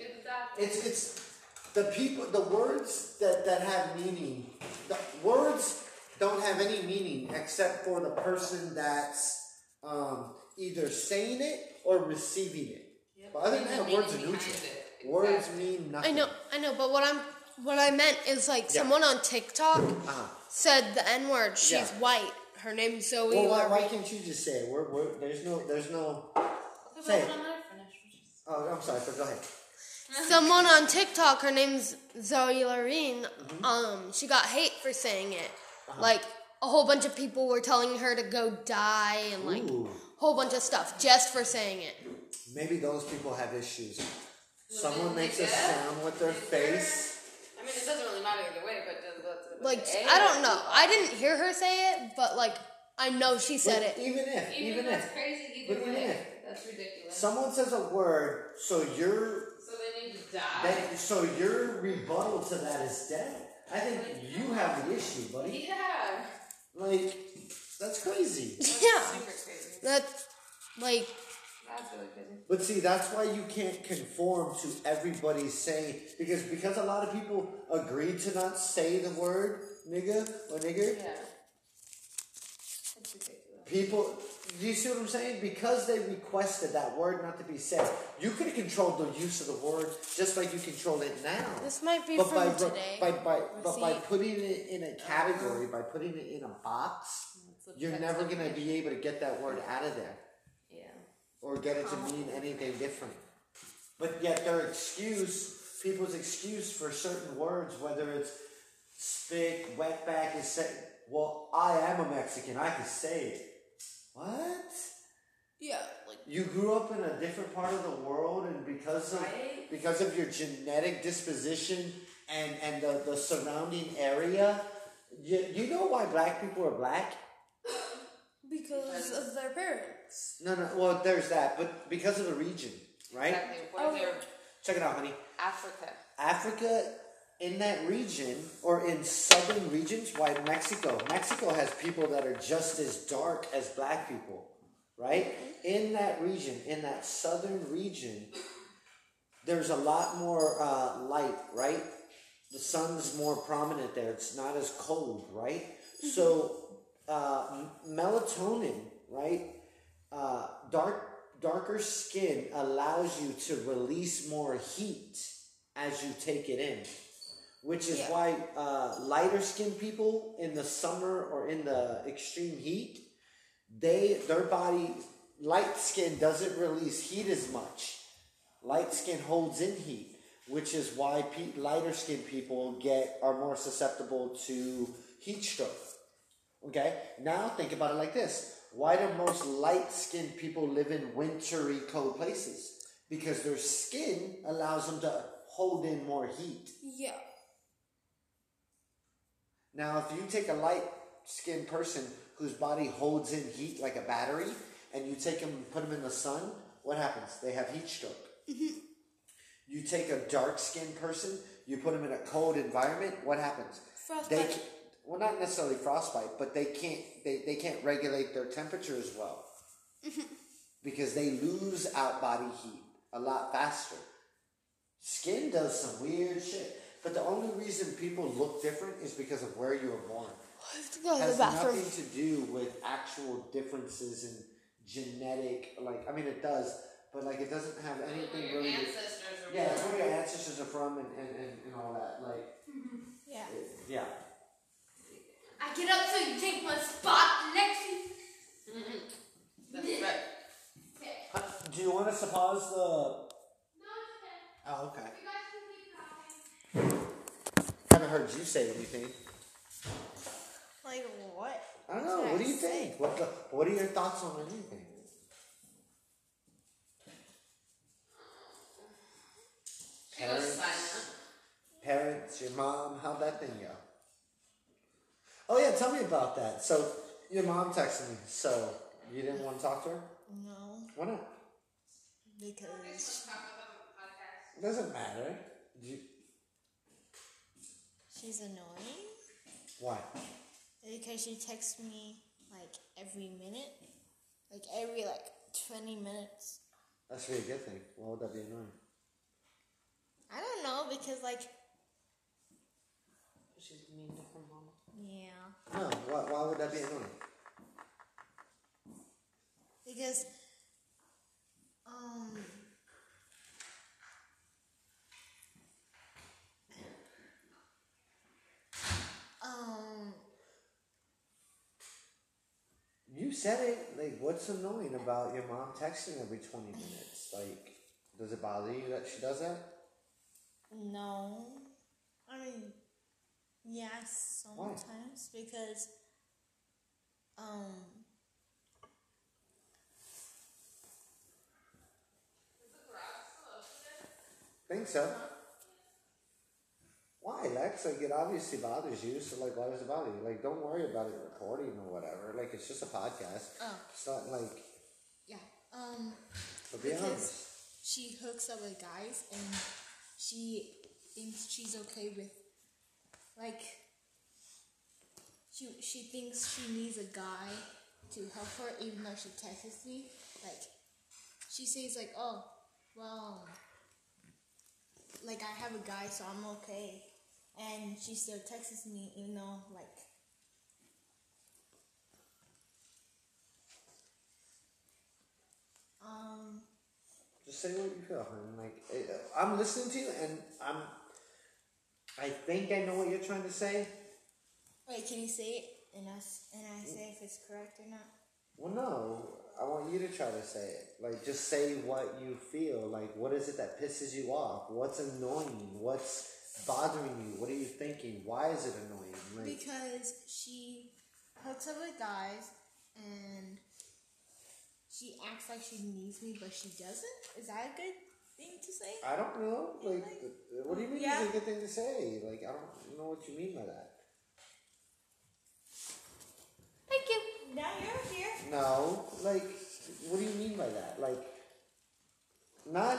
[SPEAKER 2] it
[SPEAKER 3] Exactly.
[SPEAKER 2] it's it's the people the words that that have meaning. The words don't have any meaning except for the person that's um, either saying it or receiving it. But other than that,
[SPEAKER 3] Meaning
[SPEAKER 2] words are
[SPEAKER 3] behind
[SPEAKER 2] neutral.
[SPEAKER 3] it.
[SPEAKER 2] Words
[SPEAKER 3] Exactly.
[SPEAKER 2] mean
[SPEAKER 1] I
[SPEAKER 2] nothing.
[SPEAKER 1] know, I know. But what I'm, what I meant is like someone on TikTok
[SPEAKER 2] Uh-huh.
[SPEAKER 1] said the N word. She's
[SPEAKER 2] Yeah.
[SPEAKER 1] white. Her name's Zoe.
[SPEAKER 2] Well, why,
[SPEAKER 1] Larry.
[SPEAKER 2] why can't you just say it? We're, we're, there's no, there's no.
[SPEAKER 3] Because
[SPEAKER 2] Say
[SPEAKER 3] I
[SPEAKER 2] it.
[SPEAKER 3] wanna let her finish, which is-
[SPEAKER 2] Oh, I'm sorry, but go ahead.
[SPEAKER 1] Someone on TikTok, her name's Zoe Loreen,
[SPEAKER 2] Mm-hmm.
[SPEAKER 1] um, she got hate for saying it.
[SPEAKER 2] Uh-huh.
[SPEAKER 1] Like, a whole bunch of people were telling her to go die and, like,
[SPEAKER 2] Ooh.
[SPEAKER 1] whole bunch of stuff just for saying it.
[SPEAKER 2] Maybe those people have issues. Someone
[SPEAKER 3] it
[SPEAKER 2] makes a
[SPEAKER 3] nigga?
[SPEAKER 2] sound with their
[SPEAKER 3] Nigger?
[SPEAKER 2] face.
[SPEAKER 3] I mean, it doesn't really matter either way, but does what's
[SPEAKER 1] Like, I don't know. I didn't hear her say it, but, like, I know she said
[SPEAKER 2] But
[SPEAKER 1] it.
[SPEAKER 2] Even if, even,
[SPEAKER 3] Even
[SPEAKER 2] if,
[SPEAKER 3] that's crazy
[SPEAKER 2] But
[SPEAKER 3] either
[SPEAKER 2] even
[SPEAKER 3] way.
[SPEAKER 2] if-
[SPEAKER 3] That's ridiculous.
[SPEAKER 2] someone says a word, so you're
[SPEAKER 3] so they need to die.
[SPEAKER 2] That, so your rebuttal to that is dead. I think you have the issue, buddy.
[SPEAKER 3] yeah.
[SPEAKER 2] Like, that's crazy.
[SPEAKER 1] <laughs> Yeah.
[SPEAKER 3] Super crazy.
[SPEAKER 1] That's, like,
[SPEAKER 3] That's really crazy.
[SPEAKER 2] But see, that's why you can't conform to everybody's saying because because a lot of people agree to not say the word nigga or nigger.
[SPEAKER 3] Yeah.
[SPEAKER 2] people, you see what I'm saying? Because they requested that word not to be said, you could have controlled the use of the word just like you control it now.
[SPEAKER 1] This might be
[SPEAKER 2] but
[SPEAKER 1] from
[SPEAKER 2] by, ru-
[SPEAKER 1] today.
[SPEAKER 2] by, by, but by
[SPEAKER 1] Receipt.
[SPEAKER 2] putting it in a category, by putting it in a box, you're never going to be able to get that word out of there
[SPEAKER 3] Yeah.
[SPEAKER 2] or get it to mean anything different. But yet their excuse, people's excuse for certain words, whether it's spit, wetback, is say, well, I am a Mexican, I can say it. What?
[SPEAKER 1] yeah, like
[SPEAKER 2] You grew up in a different part of the world and because of
[SPEAKER 3] Right?
[SPEAKER 2] because of your genetic disposition and, and the, the surrounding area, you, you know why black people are black?
[SPEAKER 1] because of their parents.
[SPEAKER 2] No, no, well, there's that, but because of the region, right?
[SPEAKER 3] Exactly. Where they're
[SPEAKER 2] Check it out, honey.
[SPEAKER 3] Africa.
[SPEAKER 2] Africa in that region or in southern regions, why Mexico? Mexico has people that are just as dark as black people, right? In that region, in that southern region, there's a lot more uh, light, right? The sun's more prominent there. It's not as cold, right? So uh, m- melatonin, right? Uh, dark darker skin allows you to release more heat as you take it in, which is
[SPEAKER 1] Yeah.
[SPEAKER 2] why uh, lighter skinned people in the summer or in the extreme heat, they their body light skin doesn't release heat as much. Light skin holds in heat, which is why pe- lighter skinned people get are more susceptible to heat stroke. Okay, now think about it like this. Why do most light skinned people live in wintry, cold places? Because their skin allows them to hold in more heat.
[SPEAKER 1] Yeah,
[SPEAKER 2] Now, if you take a light skinned person whose body holds in heat like a battery and you take them and put them in the sun, what happens? They have heat stroke. You take a dark skinned person, you put them in a cold environment, what happens? They
[SPEAKER 1] frostbite.
[SPEAKER 2] ca well, not necessarily frostbite, but they can't they, they can't regulate their temperature as well because they lose out body heat a lot faster. Skin does some weird shit, but the only reason people look different is because of where you were born.
[SPEAKER 1] I have to go to Oh, the
[SPEAKER 2] has
[SPEAKER 1] bathroom.
[SPEAKER 2] nothing to do with actual differences in genetic. Like I mean, it does, but like it doesn't have anything
[SPEAKER 3] Your
[SPEAKER 2] really. to-
[SPEAKER 3] ancestors were
[SPEAKER 2] yeah, it's
[SPEAKER 3] born.
[SPEAKER 2] where your ancestors are from and, and, and, and all that. Like,
[SPEAKER 1] Mm-hmm.
[SPEAKER 4] Yeah.
[SPEAKER 2] it- yeah.
[SPEAKER 1] I get up so you take my spot next to
[SPEAKER 3] That's right.
[SPEAKER 2] Uh, Do you want us to pause the? No, Oh, okay. Haven't heard you say anything.
[SPEAKER 4] Like what?
[SPEAKER 2] I don't know. What do you think? What the, What are your thoughts on anything?
[SPEAKER 3] She goes
[SPEAKER 2] Parents.
[SPEAKER 3] silent.
[SPEAKER 2] Parents, your mom, how'd that thing go? Oh yeah, tell me about that. So your mom texted me. So you didn't want to talk to her?
[SPEAKER 4] No,
[SPEAKER 2] Why not?
[SPEAKER 4] because
[SPEAKER 2] It doesn't matter. You,
[SPEAKER 4] she's annoying.
[SPEAKER 2] why?
[SPEAKER 4] Because she texts me like every minute, like every like twenty minutes.
[SPEAKER 2] That should be a good thing. Why would that be annoying?
[SPEAKER 4] I don't know because like
[SPEAKER 3] She's mean to her mom.
[SPEAKER 4] yeah,
[SPEAKER 2] No. Why, why would that be annoying?
[SPEAKER 4] because um. Um,
[SPEAKER 2] You said it. Like, what's annoying about your mom texting every 20 minutes? Like, does it bother you that she does that?
[SPEAKER 4] no. I mean, yes,
[SPEAKER 2] Why?
[SPEAKER 4] sometimes because um,
[SPEAKER 2] Think so. Why, Lex? Like, it obviously bothers you, so, like, why does it bother you? Like, don't worry about it recording or whatever. Like, it's just a podcast.
[SPEAKER 4] Oh.
[SPEAKER 2] It's not like,
[SPEAKER 4] yeah, um.
[SPEAKER 2] but be
[SPEAKER 4] Because-
[SPEAKER 2] honest.
[SPEAKER 4] she hooks up with guys and she thinks she's okay with like she she thinks she needs a guy to help her even though she texts me like she says like oh well like I have a guy so I'm okay and she still texts me even though like
[SPEAKER 2] Just say what you feel, and like I- I'm listening to you, and I'm. I think I know what you're trying to say.
[SPEAKER 4] Wait, can you say it? And I, s- and I say if it's correct or not.
[SPEAKER 2] Well, no, I want you to try to say it. Like, just say what you feel. Like, what is it that pisses you off? What's annoying? What's bothering you? What are you thinking? Why is it annoying? Like,
[SPEAKER 4] Because she hooks up with guys and she acts like she needs me, but she doesn't? Is that a good thing to say?
[SPEAKER 2] I don't know. Like,
[SPEAKER 4] Like,
[SPEAKER 2] what do you mean
[SPEAKER 4] yeah.
[SPEAKER 2] it's a good thing to say? Like, I don't know what you mean by that.
[SPEAKER 1] Thank you.
[SPEAKER 4] Now you're here.
[SPEAKER 2] No, like, what do you mean by that? Like, not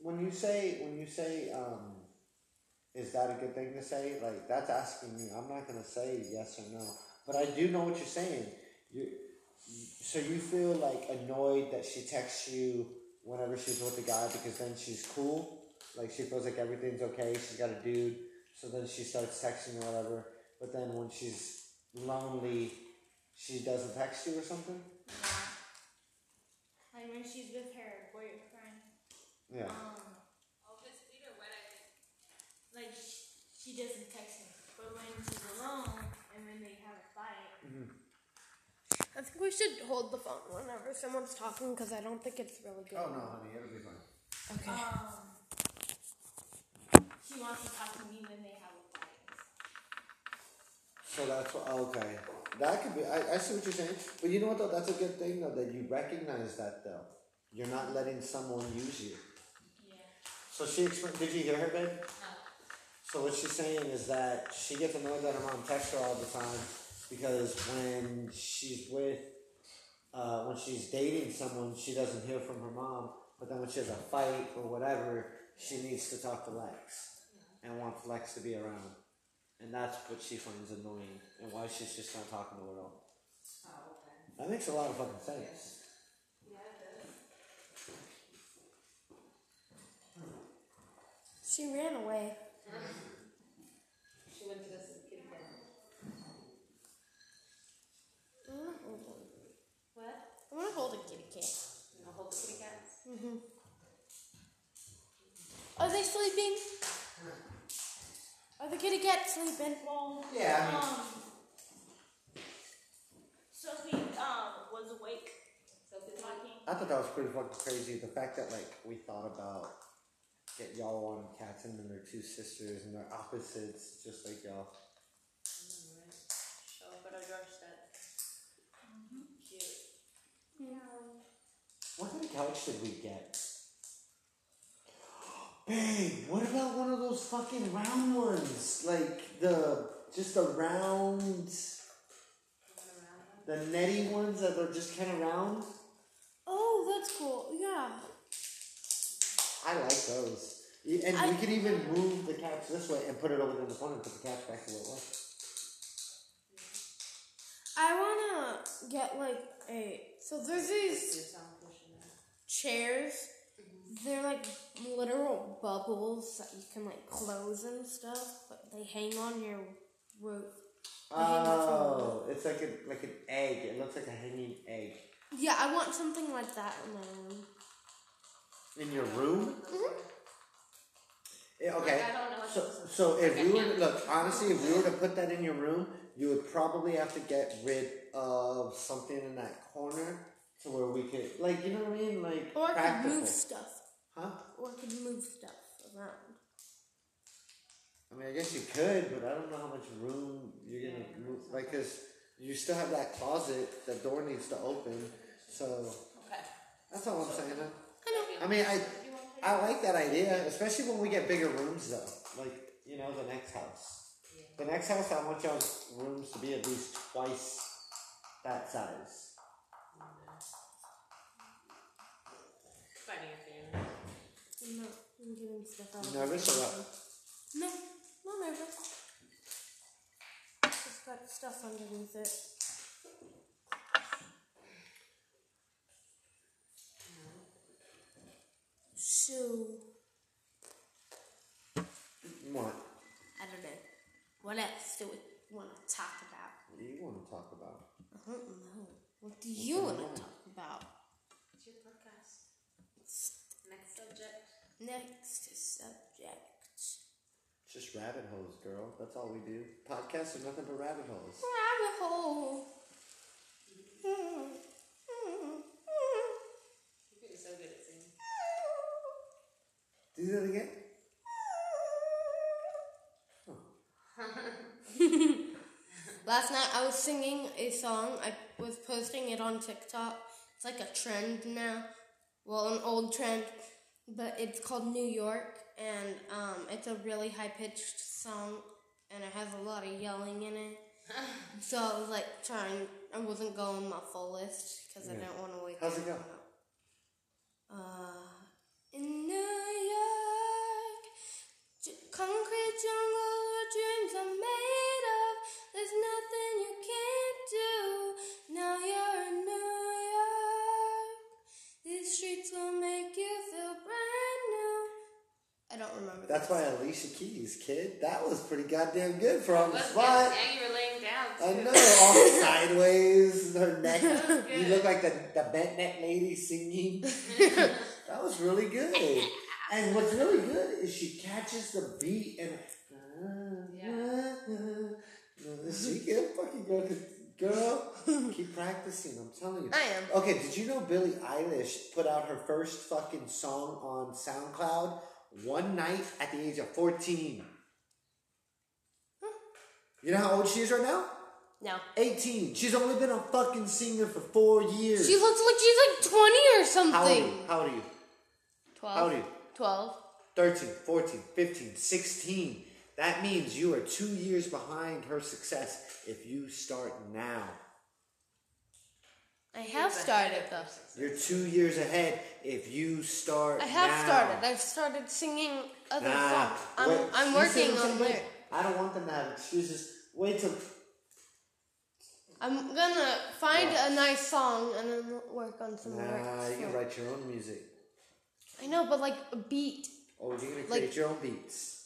[SPEAKER 2] when you say when you say, um, is that a good thing to say? Like, that's asking me. I'm not gonna say yes or no, but I do know what you're saying. You, so you feel like annoyed that she texts you whenever she's with the guy because then she's cool. Like she feels like everything's okay. She's got a dude, so then she starts texting or whatever. But then when she's lonely, she doesn't text you or something.
[SPEAKER 4] Like when she's with her boyfriend.
[SPEAKER 2] Yeah.
[SPEAKER 4] Um,
[SPEAKER 3] Oh, if it's either way, I think.
[SPEAKER 4] like she, she doesn't text him. But when she's alone and when they have a fight,
[SPEAKER 1] I think we should hold the phone whenever someone's talking because I don't think it's really good.
[SPEAKER 2] Oh, honey, it'll be fine.
[SPEAKER 1] Okay.
[SPEAKER 4] um, she wants to talk to me when they have a fight.
[SPEAKER 2] So that's what, oh, okay. That could be. I, I see what you're saying, but you know what though? That's a good thing though that you recognize that though. You're not letting someone use you.
[SPEAKER 4] Yeah.
[SPEAKER 2] So she explained. Did you hear her, babe? So what she's saying is that she gets annoyed that her mom texts her all the time because when she's with, uh, when she's dating someone, she doesn't hear from her mom. But then when she has a fight or whatever, she needs to talk to Lex and wants Lex to be around, and that's what she finds annoying and why she's just not talking to her at all.
[SPEAKER 3] Oh, okay.
[SPEAKER 2] That makes a lot of fucking sense.
[SPEAKER 3] Yeah, it does.
[SPEAKER 1] She ran away.
[SPEAKER 3] She went to this kindergarten.
[SPEAKER 1] I want to hold one.
[SPEAKER 3] What?
[SPEAKER 1] I want to hold a kitty cat.
[SPEAKER 3] You know, hold the kitty cats?
[SPEAKER 1] Are they sleeping? Are the kitty cats sleeping?
[SPEAKER 4] Well,
[SPEAKER 2] Yeah, I mean-
[SPEAKER 4] um, Sophie um, was awake
[SPEAKER 3] So if it's like,
[SPEAKER 4] talking.
[SPEAKER 2] I thought that was pretty fucking crazy. The fact that like we thought about get y'all on cats and then their two sisters and they're opposites, just like y'all.
[SPEAKER 3] alright, show up at our doorstep. Cute.
[SPEAKER 2] What kind of couch did we get? <gasps> Babe, what about one of those fucking round ones? Like the just the round,
[SPEAKER 3] Going around them.
[SPEAKER 2] the netty ones that are just kind of round.
[SPEAKER 1] Oh, that's cool. Yeah.
[SPEAKER 2] I like those. E- And we
[SPEAKER 1] I-
[SPEAKER 2] could even move the couch this way and put it over to the corner and put the couch back to where it was.
[SPEAKER 1] I want to get like a. So there's these
[SPEAKER 3] Do some pushing them.
[SPEAKER 1] chairs. They're like literal bubbles that you can like close and stuff, but they hang on your roof. They hang off your roof.
[SPEAKER 2] Oh, it's like a like an egg. It looks like a hanging egg
[SPEAKER 1] Yeah, I want something like that in my room.
[SPEAKER 2] in your room. Yeah, Okay.
[SPEAKER 3] I don't know what
[SPEAKER 2] So,
[SPEAKER 3] this is.
[SPEAKER 2] so if we were to, look honestly, if we were to put that in your room, you would probably have to get rid of something in that corner to where we could, like, you know what I mean, like
[SPEAKER 1] Or I could
[SPEAKER 2] practical,
[SPEAKER 1] move stuff.
[SPEAKER 2] huh?
[SPEAKER 1] Or I could move stuff around.
[SPEAKER 2] I mean, I guess you could, but I don't know how much room you're gonna move, like, cause you still have that closet. The door needs to open, so
[SPEAKER 3] Okay.
[SPEAKER 2] that's all I'm saying. huh?
[SPEAKER 1] I
[SPEAKER 2] I mean, I I like that idea, especially when we get bigger rooms, though. Like you know, the next house. The next house, I want y'all's rooms to be at least twice that size.
[SPEAKER 3] Fighting your family.
[SPEAKER 1] I'm not I'm getting stuff out
[SPEAKER 2] You
[SPEAKER 1] of
[SPEAKER 2] nervous or what?
[SPEAKER 1] No, not nervous. Just got stuff underneath it. So,
[SPEAKER 2] You want?
[SPEAKER 1] I don't know. What else do we want to talk about?
[SPEAKER 2] What do you want to talk about?
[SPEAKER 1] I don't know. What do you want to talk about?
[SPEAKER 3] It's your podcast. Next
[SPEAKER 1] Next subject.
[SPEAKER 2] It's just rabbit holes, girl. That's all we do. Podcasts are nothing but rabbit holes.
[SPEAKER 1] Rabbit hole. <laughs>
[SPEAKER 3] You're so good at singing.
[SPEAKER 2] Do that again.
[SPEAKER 1] Last night I was singing a song. I was posting it on TikTok. It's like a trend now. Well, an old trend, but it's called New York, and um, it's a really high pitched song, and it has a lot of yelling in
[SPEAKER 2] <laughs>
[SPEAKER 1] it. so I was like trying. I wasn't going my fullest because I
[SPEAKER 2] Yeah.
[SPEAKER 1] didn't want to wake.
[SPEAKER 2] How's it go?
[SPEAKER 1] everyone up. Uh, in New York, J- Concrete jungle where dreams are made of. There's nothing you can't do. Now you're in New York. These streets will make you feel brand new. I don't remember.
[SPEAKER 2] That's
[SPEAKER 1] the
[SPEAKER 2] why
[SPEAKER 1] song.
[SPEAKER 2] Alicia Keys, kid. That was pretty goddamn good for on the
[SPEAKER 3] Let's
[SPEAKER 2] spot.
[SPEAKER 3] go. Yeah, you were laying down. Too.
[SPEAKER 2] I know, all sideways,
[SPEAKER 3] <laughs>
[SPEAKER 2] her neck.
[SPEAKER 3] was
[SPEAKER 2] You
[SPEAKER 3] good.
[SPEAKER 2] look like the, the bent neck lady singing.
[SPEAKER 3] <laughs>
[SPEAKER 2] that was really good. And what's really good is she catches the beat and. <laughs> She can fucking go to.
[SPEAKER 1] <laughs>
[SPEAKER 2] Girl, keep practicing, I'm telling you.
[SPEAKER 1] I am.
[SPEAKER 2] Okay, did you know Billie Eilish put out her first fucking song on SoundCloud one night at the age of 14? You know how old she is right now?
[SPEAKER 1] No.
[SPEAKER 2] 18. She's only been a fucking singer for four years.
[SPEAKER 1] She looks like she's like 20 or
[SPEAKER 2] how old are you?
[SPEAKER 1] something.
[SPEAKER 2] How old are you?
[SPEAKER 1] 12.
[SPEAKER 2] How old are you?
[SPEAKER 1] 12.
[SPEAKER 2] 13, 14, 15, 16. That means you are two years behind her success if you start now.
[SPEAKER 1] I have started though.
[SPEAKER 2] You're two years ahead if you start
[SPEAKER 1] I have
[SPEAKER 2] now.
[SPEAKER 1] started. I've started singing other
[SPEAKER 2] Nah,
[SPEAKER 1] songs. I'm,
[SPEAKER 2] wait,
[SPEAKER 1] I'm
[SPEAKER 2] you said
[SPEAKER 1] working
[SPEAKER 2] you
[SPEAKER 1] on
[SPEAKER 2] said wait.
[SPEAKER 1] lyrics.
[SPEAKER 2] I don't want them to have excuses. Wait till
[SPEAKER 1] I'm gonna find
[SPEAKER 2] Yeah.
[SPEAKER 1] a nice song and then work on some
[SPEAKER 2] Nah,
[SPEAKER 1] lyrics.
[SPEAKER 2] you can
[SPEAKER 1] for it.
[SPEAKER 2] write your own music.
[SPEAKER 1] I know, but like a beat.
[SPEAKER 2] Oh, you're gonna create
[SPEAKER 1] Like-
[SPEAKER 2] your own beats.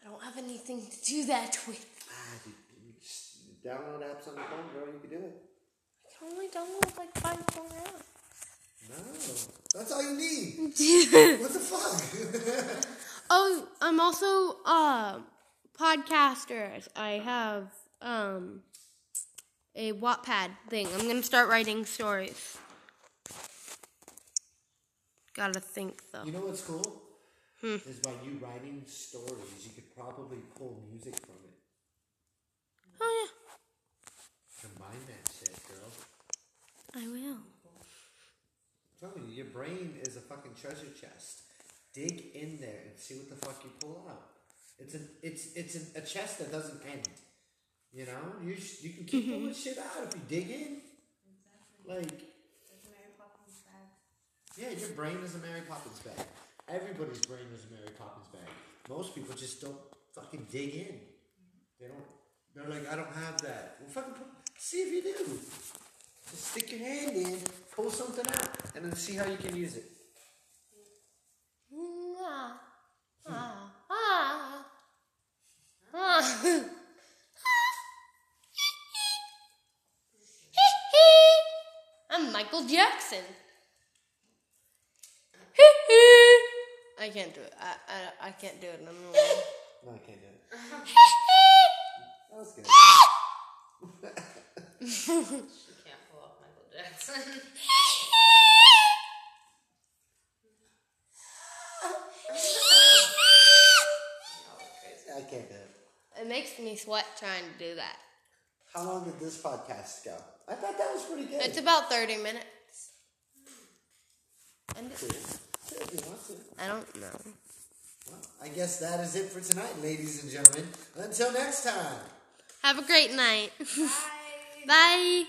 [SPEAKER 1] I don't have anything to do that with.
[SPEAKER 2] Ah, dude, you just download apps on your phone, girl. You can do it.
[SPEAKER 1] I can only download like five more apps.
[SPEAKER 2] No, Oh, that's all you
[SPEAKER 1] <laughs>
[SPEAKER 2] need. what the fuck?
[SPEAKER 1] Oh, I'm also uh, podcaster. I have um, a Wattpad thing. I'm gonna start writing stories. Gotta think though.
[SPEAKER 2] you know what's cool? Is by you writing stories, you could probably pull music from it.
[SPEAKER 1] Oh
[SPEAKER 2] Combine that shit, girl.
[SPEAKER 1] yeah, I will.
[SPEAKER 2] I'm telling you, your brain is a fucking treasure chest. Dig in there and see what the fuck you pull out. It's an it's it's an, a chest that doesn't end. You know, you sh- you can keep
[SPEAKER 3] Mm-hmm.
[SPEAKER 2] pulling shit out if you dig in. Like,
[SPEAKER 3] That's Mary Poppins bag.
[SPEAKER 2] yeah, your brain is a Mary Poppins bag. Everybody's brain is a Mary Poppins bag. Most people just don't fucking dig in. They don't. They're like, I don't have that. Well, fucking pull, see if you do. Just stick your hand in, pull something out, and then see how you can use it.
[SPEAKER 1] Ah, ah, ah, ah. <laughs> I'm Michael Jackson. <laughs> I can't do it. I, I, I can't do it. I'm <laughs> gonna laugh.
[SPEAKER 2] No, I can't do it. that was good.
[SPEAKER 3] She can't pull off Michael <laughs> Jackson.
[SPEAKER 2] I can't do it.
[SPEAKER 1] It makes me sweat trying to do that.
[SPEAKER 2] How long did this podcast go? I thought that was pretty good.
[SPEAKER 1] It's about 30 minutes. And it-
[SPEAKER 2] Sure, if you want to.
[SPEAKER 1] I don't know.
[SPEAKER 2] Well, I guess that is it for tonight, ladies and gentlemen. Until next time.
[SPEAKER 1] Have a great night.
[SPEAKER 3] Bye.
[SPEAKER 1] <laughs> Bye.